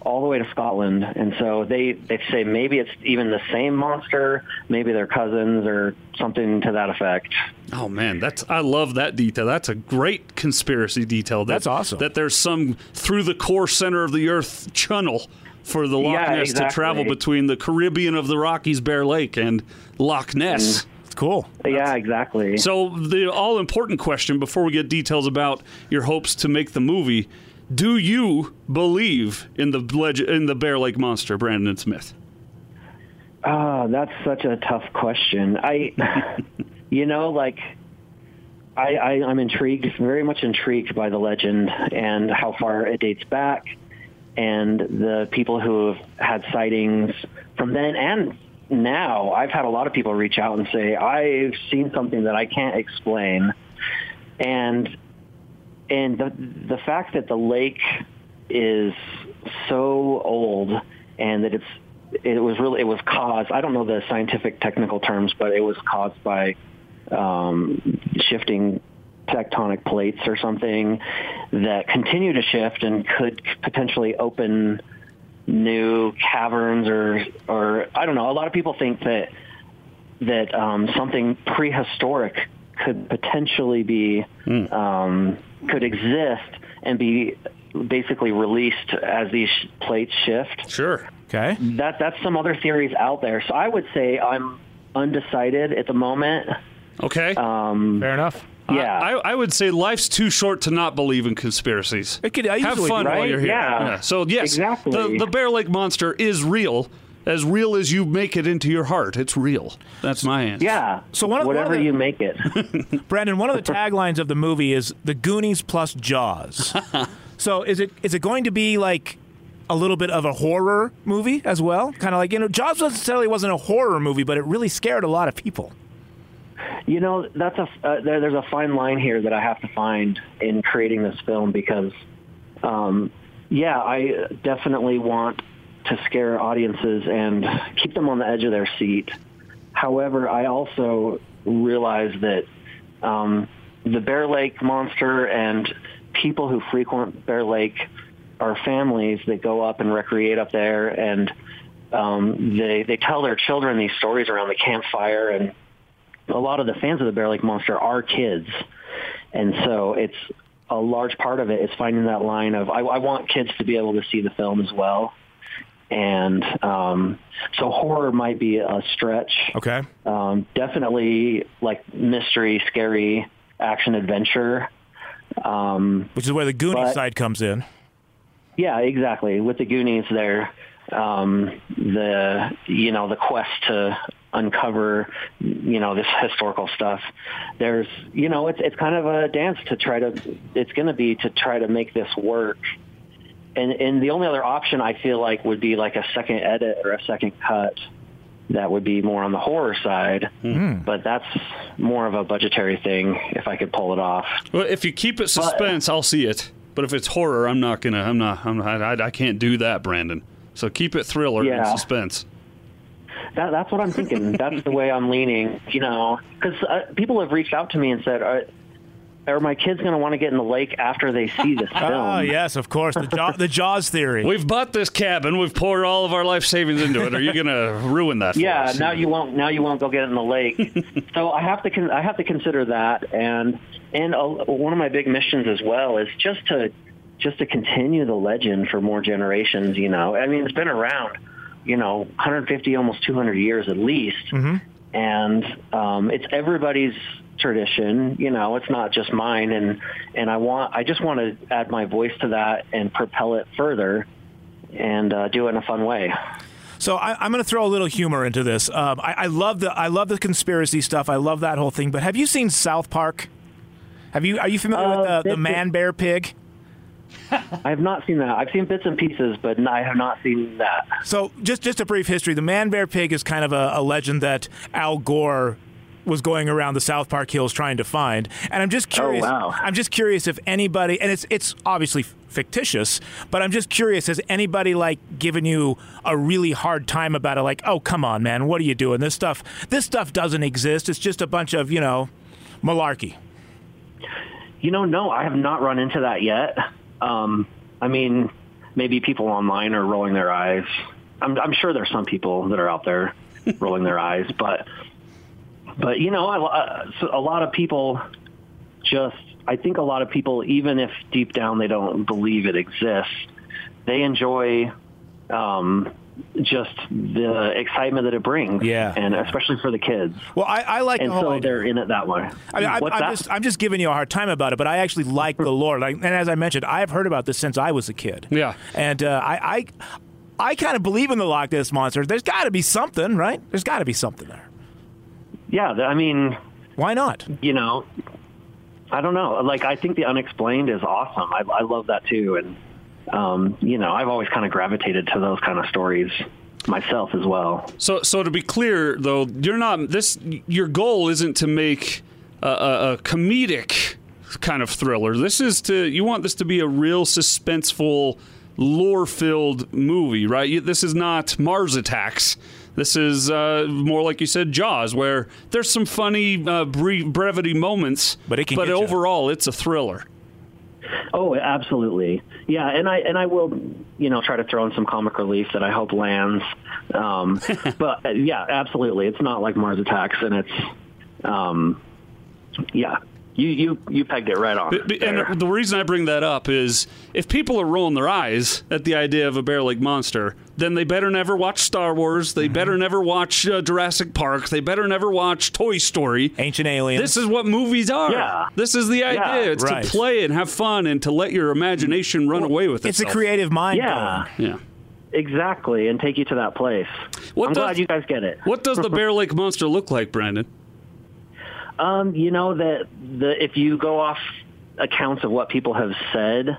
D: all the way to Scotland, and so they they say maybe it's even the same monster, maybe they're cousins or something to that effect.
B: Oh man, that's I love that detail. That's a great conspiracy detail. That,
C: That's awesome.
B: That there's some through the core center of the earth channel for the Loch
D: Yeah,
B: Ness to
D: exactly.
B: travel between the Caribbean of the Rockies, Bear Lake, and Loch Ness.
D: Mm.
C: It's cool.
D: yeah, exactly.
B: So the all important question before we get details about your hopes to make the movie, do you believe in the leg- in the Bear Lake Monster, Brandon Smith?
D: Ah, that's such a tough question. I, you know, like, I, I, I'm intrigued, very much intrigued by the legend and how far it dates back, and the people who have had sightings from then and now. I've had a lot of people reach out and say I've seen something that I can't explain, and and the the fact that the lake is so old and that it's it was really it was caused I don't know the scientific technical terms but it was caused by um, shifting tectonic plates or something that continue to shift and could potentially open new caverns or or I don't know a lot of people think that that um, something prehistoric could potentially be
C: Hmm.
D: um, could exist and be basically released as these sh- plates shift.
B: Sure.
C: Okay.
D: That that's some other theories out there. So I would say I'm undecided at the moment.
B: Okay.
C: Fair enough.
D: Yeah.
B: I, I would say life's too short to not believe in conspiracies.
C: It could easily
B: Have fun
C: be,
B: while
D: right?
B: you're here.
D: Yeah.
B: So yes,
D: Exactly.
B: the, the Bear Lake Monster is real, as real as you make it into your heart. It's real. That's my answer.
D: yeah.
C: So one of- one of
D: whatever
C: the-
D: you make
C: (laughs)
D: it.
C: Brandon, one of the taglines of the movie is "The Goonies plus Jaws." so is it is it going to be like a little bit of a horror movie as well? Kind of like you know, Jaws necessarily wasn't a horror movie, but it really scared a lot of people.
D: You know, that's a uh, there, there's a fine line here that I have to find in creating this film because, um, yeah, I definitely want to scare audiences and keep them on the edge of their seat. However, I also realize that um, the Bear Lake monster and people who frequent Bear Lake are families that go up and recreate up there, and um, they they tell their children these stories around the campfire and a lot of the fans of the Bear Lake Monster are kids, and so it's a large part of it is finding that line of I, I want kids to be able to see the film as well, and um, so horror might be a stretch.
C: Okay.
D: Um, definitely like mystery, scary, action adventure. Um,
C: Which is where the Goonies
D: But-
C: side comes in.
D: yeah, exactly. With the Goonies, there, um, the you know the quest to uncover you know this historical stuff. There's you know it's it's kind of a dance to try to it's going to be to try to make this work. And and the only other option I feel like would be like a second edit or a second cut that would be more on the horror side. But that's more of a budgetary thing if I could pull it off.
B: Well, if you keep it suspense, I'll see it. But if it's horror, I'm not gonna. I'm not. I'm not I, I can't do that, Brandon. So keep it thriller and
D: Yeah.
B: suspense.
D: That, that's what I'm thinking. that's the way I'm leaning, you know, because uh, people have reached out to me and said, are, are my kids going to want to get in the lake after they see this film?
C: Oh yes, of course the Jaw the Jaws theory.
B: We've bought this cabin. We've poured all of our life savings into it. Are you gonna (laughs) ruin that? For
D: Yeah,
B: us?
D: now you won't. Now you won't go get it in the lake. so I have to. Con- I have to consider that, and and a, one of my big missions as well is just to just to continue the legend for more generations. You know, I mean, it's been around, you know, 150, almost 200 years at least, and um, it's everybody's tradition. You know, it's not just mine, and and I want I just want to add my voice to that and propel it further, and uh, do it in a fun way.
C: So I, I'm going to throw a little humor into this. Um, I, I love the I love the conspiracy stuff. I love that whole thing. But have you seen South Park? Have you are you familiar with
D: Uh,
C: the, the
D: bits
C: man bear pig?
D: I have not seen that. I've seen bits and pieces, but n- I have not seen that.
C: So just just a brief history. The man bear pig is kind of a, a legend that Al Gore was going around the South Park hills trying to find. And I'm just curious.
D: Oh, wow.
C: I'm just curious if anybody and it's it's obviously fictitious, but I'm just curious has anybody like given you a really hard time about it like, "Oh, come on, man. What are you doing? This stuff this stuff doesn't exist. It's just a bunch of, you know, malarkey."
D: You know, no, I have not run into that yet. Um, I mean, maybe people online are rolling their eyes. I'm, I'm sure there's some people that are out there rolling their eyes, but but you know, I, uh, so a lot of people just. I think a lot of people, even if deep down they don't believe it exists, they enjoy um, just the excitement that it brings.
C: Yeah.
D: and especially for the kids,
C: Well, I, Oh, I like
D: and
C: the whole
D: so
C: idea.
D: they're in it that way.
C: I mean, I'm,
D: What's
C: I'm
D: that?
C: just I'm just giving you a hard time about it, but I actually like the lore. Like, and as I mentioned, I've heard about this since I was a kid.
B: Yeah.
C: and uh, I I, I kind of believe in the Loch Ness monster. There's got to be something, right? There's got to be something there.
D: yeah, th- I mean,
C: Why not?
D: you know, I don't know. Like, I think the unexplained is awesome. I, I love that too. And, um, you know, I've always kind of gravitated to those kind of stories myself as well.
B: So, so to be clear, though, you're not this. Your goal isn't to make a, a, a comedic kind of thriller. This is to you want this to be a real suspenseful, lore-filled movie, right? You, this is not Mars Attacks. This is uh, more like you said, Jaws, where there's some funny uh, bre- brevity moments,
C: But it can
B: but
C: get ya.
B: overall, it's a thriller.
D: Oh, absolutely. Yeah, and I and I will, you know, try to throw in some comic relief that I hope lands.
C: (laughs)
D: Um, but uh, yeah, absolutely. It's not like Mars Attacks, and it's, um, yeah. You you you pegged it right on.
B: B-
D: there.
B: And the reason I bring that up is if people are rolling their eyes at the idea of a bear leg monster, then they better never watch Star Wars. They better never watch uh, Jurassic Park. They better never watch Toy Story.
C: Ancient aliens.
B: This is what movies are.
D: Yeah.
B: This is the idea. it's
C: right.
B: to play and have fun and to let your imagination run away with
C: it's
B: itself.
C: a creative mind.
D: yeah,
B: Yeah.
D: exactly, and take you to that place.
B: What
D: I'm
B: does-
D: glad you guys get it.
B: What does the bear lake monster look like, Brandon?
D: Um, you know that the if you go off accounts of what people have said,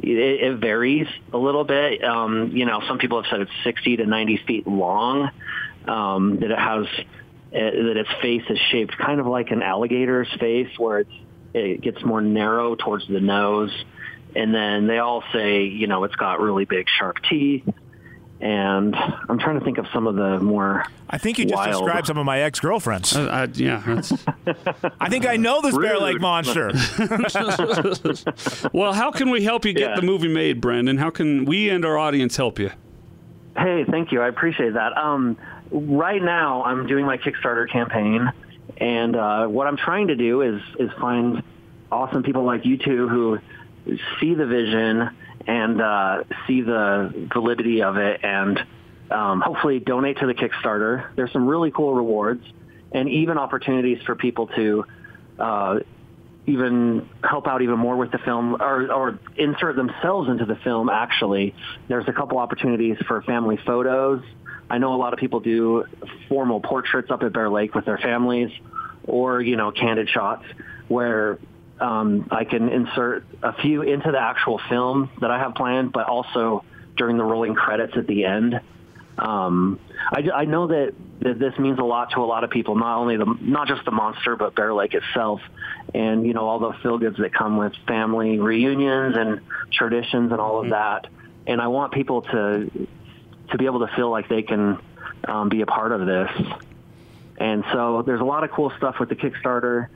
D: it, it varies a little bit. Um, you know, some people have said it's 60 to 90 feet long. Um, that it has uh, that its face is shaped kind of like an alligator's face, where it's, it gets more narrow towards the nose. And then they all say, you know, it's got really big sharp teeth. And I'm trying to think of some of the more
C: I think you just
D: Wild.
C: described some of my ex girlfriends.
B: Uh, I, yeah. that's-
C: I think I know this bear
D: Rude.
C: leg
D: (laughs)
C: monster.
B: (laughs) well, how can we help you get
D: Yeah.
B: the movie made, Brandon? How can we and our audience help you?
D: Hey, thank you. I appreciate that. Um, right now, I'm doing my Kickstarter campaign, and uh, what I'm trying to do is is find awesome people like you two who see the vision and uh, see the validity of it, and um, hopefully donate to the Kickstarter. There's some really cool rewards, and even opportunities for people to. Uh, even help out even more with the film or, or insert themselves into the film actually there's a couple opportunities for family photos i know a lot of people do formal portraits up at bear lake with their families or you know candid shots where um, i can insert a few into the actual film that i have planned but also during the rolling credits at the end um, I, I know that, that this means a lot to a lot of people, not only the not just the monster, but Bear Lake itself, and you know all the feel goods that come with family reunions and traditions and all of that. And I want people to to be able to feel like they can um, be a part of this. And so there's a lot of cool stuff with the Kickstarter,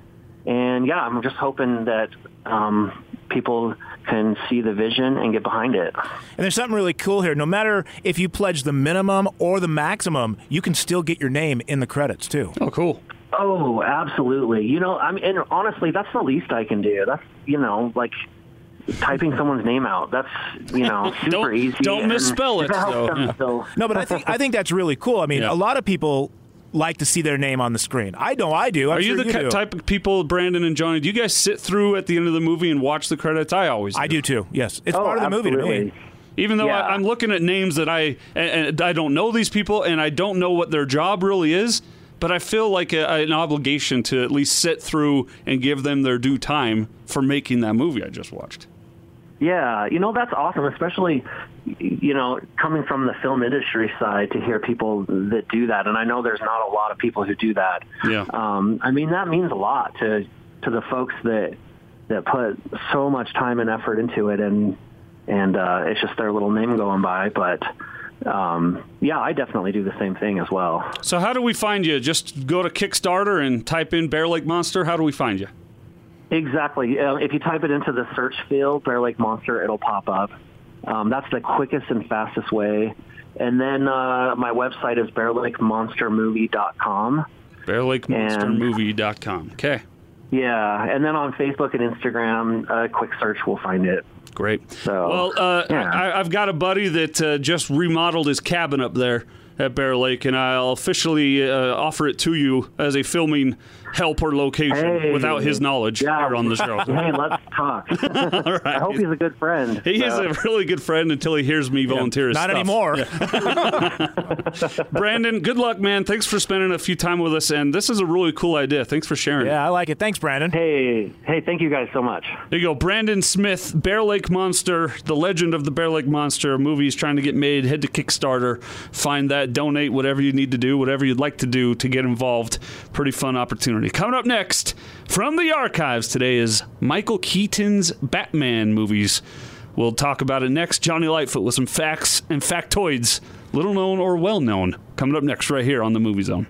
D: and yeah, I'm just hoping that um, people can see the vision and get behind it.
C: And there's something really cool here. No matter if you pledge the minimum or the maximum, you can still get your name in the credits too.
B: Oh, cool.
D: Oh, absolutely. You know, I mean, and honestly, that's the least I can do. That's you know, like typing someone's name out. That's
B: (laughs)
D: you know, super
B: Don't-
D: easy.
B: don't
D: and (laughs)
B: misspell it, (laughs)
D: helps
B: though.
D: them feel-
C: No, but I think I think that's really cool. I mean,
B: Yeah.
C: a lot of people like to see their name on the screen. I know I do. I'm
B: Are you
C: sure
B: the ki-
C: do.
B: type of people, Brandon and Johnny? Do you guys sit through at the end of the movie and watch the credits? I always.
C: I do too. Yes, it's part
D: Oh,
C: of the movie to me.
B: Even though
D: Yeah.
B: I, I'm looking at names that I and, and I don't know these people and I don't know what their job really is, but I feel like a, an obligation to at least sit through and give them their due time for making that movie I just watched.
D: Yeah, you know that's awesome, especially you know coming from the film industry side to hear people that do that, and I know there's not a lot of people who do that.
B: Yeah.
C: Uh,
D: Um, I mean that means a lot to to the folks that that put so much time and effort into it, and and uh, it's just their little name going by. But um, yeah, I definitely do the same thing as well.
B: So how do we find you? Just go to Kickstarter and type in Bear Lake Monster. How do we find you?
D: Exactly. Uh, if you type it into the search field, Bear Lake Monster, it'll pop up. Um, that's the quickest and fastest way. And then uh, my website is bearlakemonstermovie.com.
B: BearLakeMonsterMovie.com. Okay.
D: Yeah, and then on Facebook and Instagram, a quick search will find it.
B: Great.
D: So,
B: well, uh,
D: yeah.
B: I, I've got a buddy that uh, just remodeled his cabin up there at Bear Lake, and I'll officially uh, offer it to you as a filming help or location
D: Hey.
B: without his knowledge
D: Yeah.
B: here on the
D: (laughs)
B: show.
D: Hey, let's
B: (laughs)
D: talk. I hope he's a good friend.
B: He is
D: So,
B: a really good friend until he hears me volunteer his
C: Not
B: stuff.
C: anymore.
B: Brandon, good luck, man. Thanks for spending a few time with us, and this is a really cool idea. Thanks for sharing.
C: (laughs) yeah, I like it. Thanks, Brandon.
D: hey, hey, thank you guys so much.
B: There you go. Brandon Smith, Bear Lake Monster, the legend of the Bear Lake Monster movies trying to get made. Head to Kickstarter, find that, donate whatever you need to do, whatever you'd like to do to get involved. Pretty fun opportunity. Coming up next from the archives today is Michael Keaton's Batman movies. We'll talk about it next. Johnny Lightfoot with some facts and factoids, little known or well known. Coming up next, right here on the Movie Zone.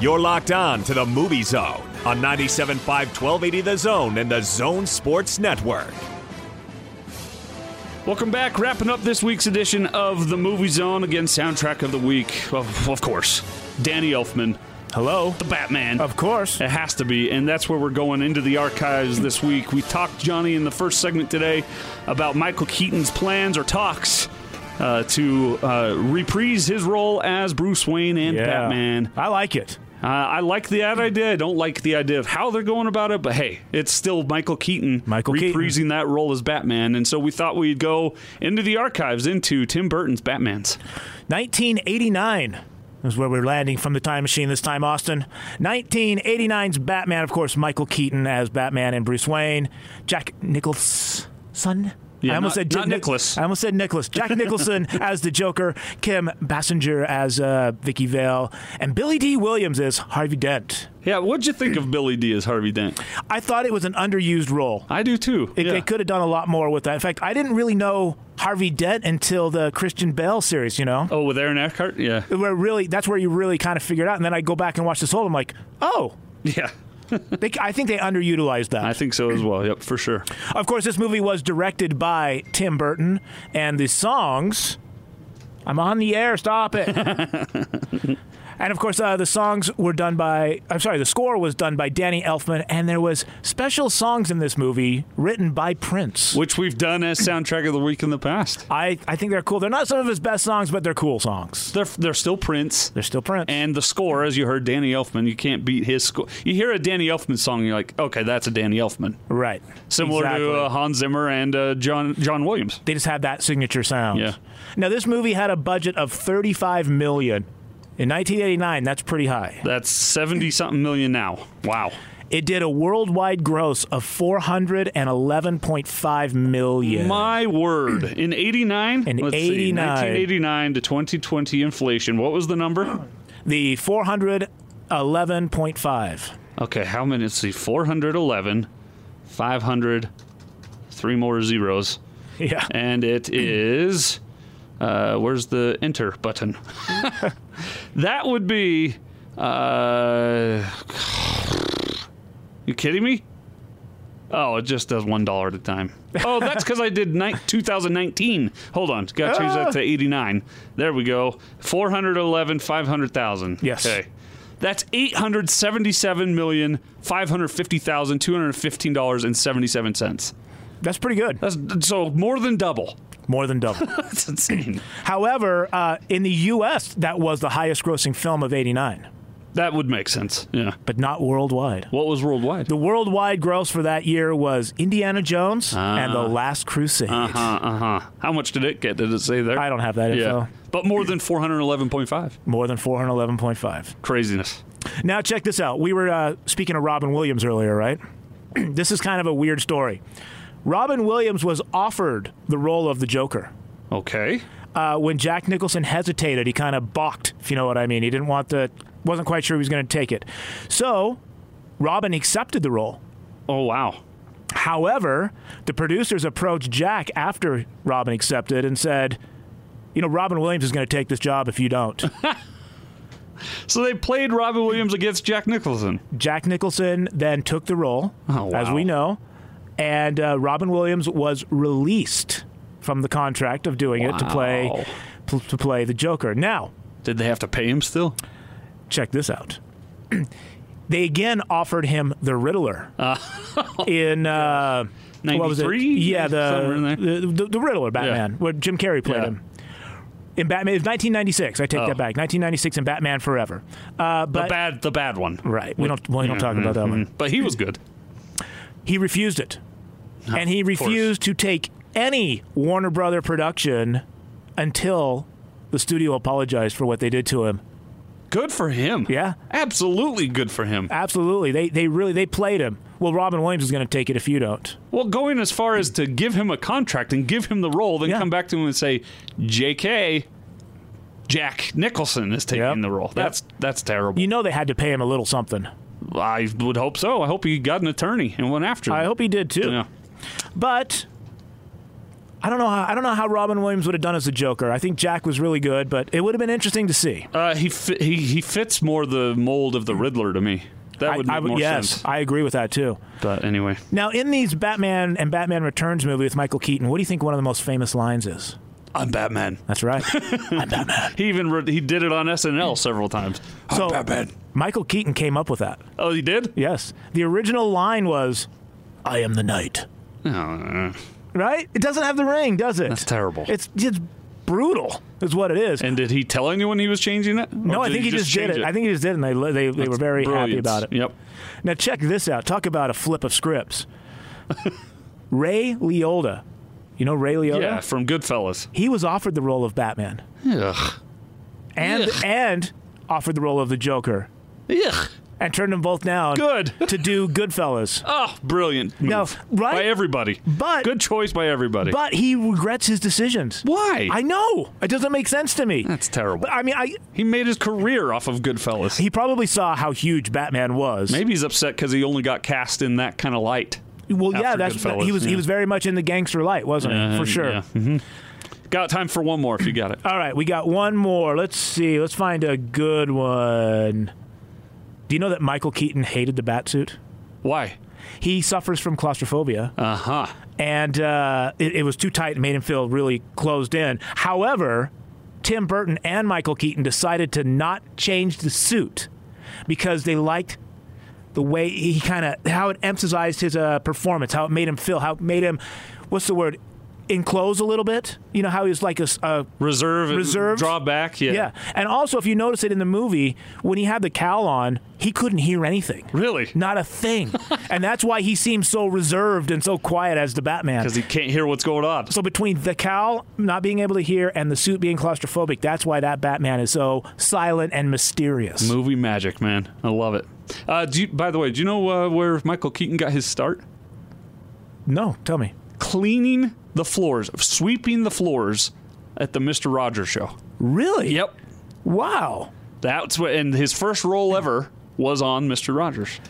A: You're locked on to the Movie Zone on 97.5 1280 The Zone and the Zone Sports Network.
B: Welcome back. Wrapping up this week's edition of the Movie Zone. Again, soundtrack of the week. Of, of course, Danny Elfman,
C: Hello.
B: the Batman.
C: Of course.
B: It has to be, and that's where we're going into the archives this week. We talked, Johnny, in the first segment today about Michael Keaton's plans or talks uh, to uh, reprise his role as Bruce Wayne and
C: Yeah.
B: Batman.
C: I like it.
B: Uh, I like the ad idea. I don't like the idea of how they're going about it, but hey, it's still Michael Keaton
C: Michael Keaton.
B: reprising that role as Batman. And so we thought we'd go into the archives into Tim Burton's Batman's.
C: 1989 is where we're landing from the time machine this time, Austin. 1989's Batman, of course, Michael Keaton as Batman and Bruce Wayne. Jack Nicholson.
B: Yeah,
C: I almost
B: not-
C: said Jack
B: not
C: Nic-
B: Nicholas.
C: I almost said Nicholas. Jack
B: (laughs)
C: Nicholson as the Joker, Kim Bassinger as uh, Vicky Vale, and Billy D. Williams as Harvey Dent.
B: Yeah, what'd you think of Billy D as Harvey Dent?
C: I thought it was an underused role.
B: I do too.
C: It,
B: yeah.
C: They could have done a lot more with that. In fact, I didn't really know Harvey Dent until the Christian Bale series. You know,
B: oh, with Aaron Eckhart? Yeah.
C: where really that's where you really kind of figure it out. And then I go back and watch this whole. I'm like, oh,
B: Yeah.
C: they, I think they
B: (laughs)
C: underutilized that.
B: I think so as well. Yep, for sure.
C: of course, this movie was directed by Tim Burton, and the songs. I'm on the air.
B: (laughs)
C: Stop it. and of course, uh, the songs were done by. I'm sorry, the score was done by Danny Elfman, and there was special songs in this movie written by Prince.
B: Which we've done as soundtrack of the week in the past.
C: I, I think they're cool. They're not some of his best songs, but they're cool songs.
B: They're, they're still Prince.
C: They're still Prince.
B: And the score, as you heard, Danny Elfman, you can't beat his score. You hear a Danny Elfman song, you're like, okay, that's a Danny Elfman.
C: right.
B: similar
C: Exactly.
B: to uh, Hans Zimmer and uh, John John Williams.
C: they just had that signature sound.
B: Yeah.
C: Now this movie had a budget of 35 million. In 1989, that's pretty high.
B: That's seventy something million now. Wow.
C: It did a worldwide gross of 411.5 million.
B: My word. In 89,
C: In
B: let's
C: 89.
B: see, 1989 to 2020 inflation. What was the number?
C: the 411.5.
B: Okay, how many? Let's see, 411, 500, three more zeros.
C: Yeah.
B: And it is. Uh, where's the enter button? (laughs) that would be. Uh, you kidding me? Oh, it just does one dollar at a time. Oh, that's because I did ni- 2019. Hold on, got to change that to 89. There we go. 411, 500,000.
C: Yes.
B: Okay. That's eight hundred seventy-seven million five hundred fifty thousand two hundred fifteen dollars and seventy-seven cents.
C: That's pretty good.
B: That's so more than double.
C: More than
B: (laughs)
C: double.
B: That's insane.
C: However, uh, in the U.S., that was the highest grossing film of 89,
B: (clears throat) that would make sense. Yeah.
C: but not worldwide.
B: What was worldwide?
C: The worldwide gross for that year was Indiana Jones
B: Ah.
C: and The Last Crusade.
B: Uh huh. Uh huh. How much did it get? Did it say there?
C: I don't have that
B: Yeah.
C: info.
B: But more than four hundred eleven point five.
C: More than 411.5.
B: Craziness.
C: Now, check this out. We were uh, speaking of Robin Williams earlier, right? (clears throat) this is kind of a weird story. Robin Williams was offered the role of the Joker.
B: Okay.
C: Uh, when Jack Nicholson hesitated, he kind of balked, if you know what I mean. He didn't want the, wasn't quite sure he was going to take it. So, Robin accepted the role.
B: Oh wow.
C: However, the producers approached Jack after Robin accepted and said, you know, Robin Williams is going to take this job if you don't.
B: So they played Robin Williams against Jack Nicholson.
C: Jack Nicholson then took the role,
B: Oh, wow.
C: as we know, and uh, Robin Williams was released from the contract of doing it to
B: Wow.
C: play pl- to play the Joker. Now,
B: Did they have to pay him still?
C: check this out. (clears throat) they again offered him
B: (laughs)
C: the Riddler
B: Oh,
C: in uh, what was it?
B: 93?
C: Yeah,
B: Somewhere in
C: the,
B: there.
C: the, the the Riddler Batman, where Jim Carrey played
B: Yeah.
C: him. In Batman, it's 1996. I take
B: Oh.
C: that back. 1996 in Batman Forever. Uh,
B: The
C: but
B: bad, the bad one.
C: right, we don't we don't talk about that one.
B: But he was good.
C: He refused it. and he
B: of course.
C: refused to take any Warner Brother production until the studio apologized for what they did to him.
B: Good for him.
C: Yeah.
B: Absolutely good for him.
C: Absolutely. They they really they played him. Well, Robin Williams is going to take it if you don't.
B: Well, going as far as to give him a contract and give him the role, then
C: Yeah.
B: come back to him and say, "J.K. Jack Nicholson is taking
C: Yep.
B: the role." That's that's terrible.
C: You know they had to pay him a little something.
B: I would hope so. I hope he got an attorney and went after.
C: I
B: him.
C: hope he did too.
B: Yeah.
C: But I don't know how I don't know how Robin Williams would have done as a Joker. I think Jack was really good, but it would have been interesting to see.
B: Uh, he, fi- he he fits more the mold of the Riddler to me. That would
C: I,
B: make
C: I would-
B: more
C: yes,
B: sense.
C: I agree with that too.
B: But anyway,
C: Now, in these Batman and Batman Returns movie with Michael Keaton, what do you think one of the most famous lines is?
B: I'm Batman.
C: That's (laughs) right. I'm Batman.
B: He even re- he did it on SNL several times.
C: So Michael Keaton came up with that.
B: Oh, he did.
C: Yes. The original line was, "I am the knight."
B: Oh,
C: Right? It doesn't have the ring, does it?
B: That's terrible.
C: It's it's brutal. Is what it is.
B: and oh, did he tell anyone he was changing it?
C: no, I think he just, did it. I think he just did, it and they they, they were very happy about it.
B: Yep.
C: Now check this out. Talk about a flip of
B: (laughs)
C: scripts. Ray Liotta. You know Ray Liotta?
B: Yeah, from Goodfellas.
C: He was offered the role of Batman.
B: Ugh.
C: and
B: Ugh.
C: and offered the role of the Joker
B: Ugh.
C: and turned them both down (laughs)
B: Good.
C: to do Goodfellas.
B: Oh, brilliant. Move.
C: No, right?
B: By everybody.
C: But-
B: Good choice by everybody.
C: But he regrets his decisions.
B: Why?
C: I know. It doesn't make sense to me.
B: That's terrible.
C: But I mean, I
B: he made his career off of Goodfellas.
C: he probably saw how huge Batman was.
B: Maybe he's upset because he only got cast in that kind of light.
C: Well, yeah,
B: after
C: that's
B: Goodfellas,
C: he was he
B: yeah.
C: was very much in the gangster light, wasn't he? For sure.
B: Yeah. hmm Got time for one more if you got it.
C: All right, we got one more. Let's see. Let's find a good one. Do you know that Michael Keaton hated the batsuit?
B: Why?
C: He suffers from claustrophobia.
B: Uh huh.
C: and uh, it, it was too tight and made him feel really closed in. However, Tim Burton and Michael Keaton decided to not change the suit because they liked the way he kind of how it emphasized his uh, performance, how it made him feel, how it made him what's the word enclose a little bit. You know how he was like a, s- a-
B: Reserve.
C: Reserved?
B: Drawback. Yeah.
C: yeah. And also, if you notice it in the movie, when he had the cowl on, he couldn't hear anything.
B: Really?
C: Not
B: (laughs)
C: a thing. and that's why he seems so reserved and so quiet as the Batman.
B: Because he can't hear what's going on.
C: So between the cowl not being able to hear and the suit being claustrophobic, that's why that Batman is so silent and mysterious.
B: Movie magic, man. I love it. Uh, do you, by the way, do you know uh, where Michael Keaton got his start?
C: No, tell me.
B: Cleaning the floors, sweeping the floors at the Mister Rogers show.
C: Really? Wow.
B: That's what. And his first role ever was on Mister Rogers.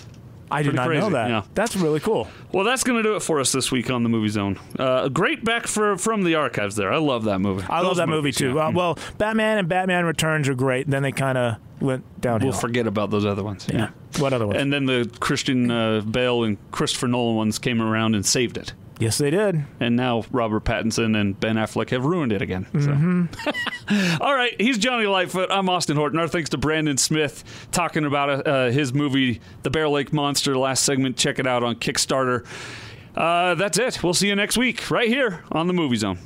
C: I did
B: Pretty
C: not
B: crazy,
C: know that.
B: yeah.
C: That's really cool.
B: Well, that's going to do it for us this week on the Movie Zone. Uh, a great back for, from the archives there. I love that movie.
C: I love that movie too.
B: Hmm.
C: Uh, well, Batman and Batman Returns are great. Then they kind of went downhill.
B: We'll forget about those other ones.
C: yeah. What other ones?
B: And then the Christian uh, Bale and Christopher Nolan ones came around and saved it.
C: Yes, they did.
B: And now Robert Pattinson and Ben Affleck have ruined it again. So. (laughs) All right, he's Johnny Lightfoot. I'm Austin Horton. Our thanks to Brandon Smith talking about uh, his movie, The Bear Lake Monster, last segment. Check it out on Kickstarter. Uh, that's it. We'll see you next week, right here on the Movie Zone.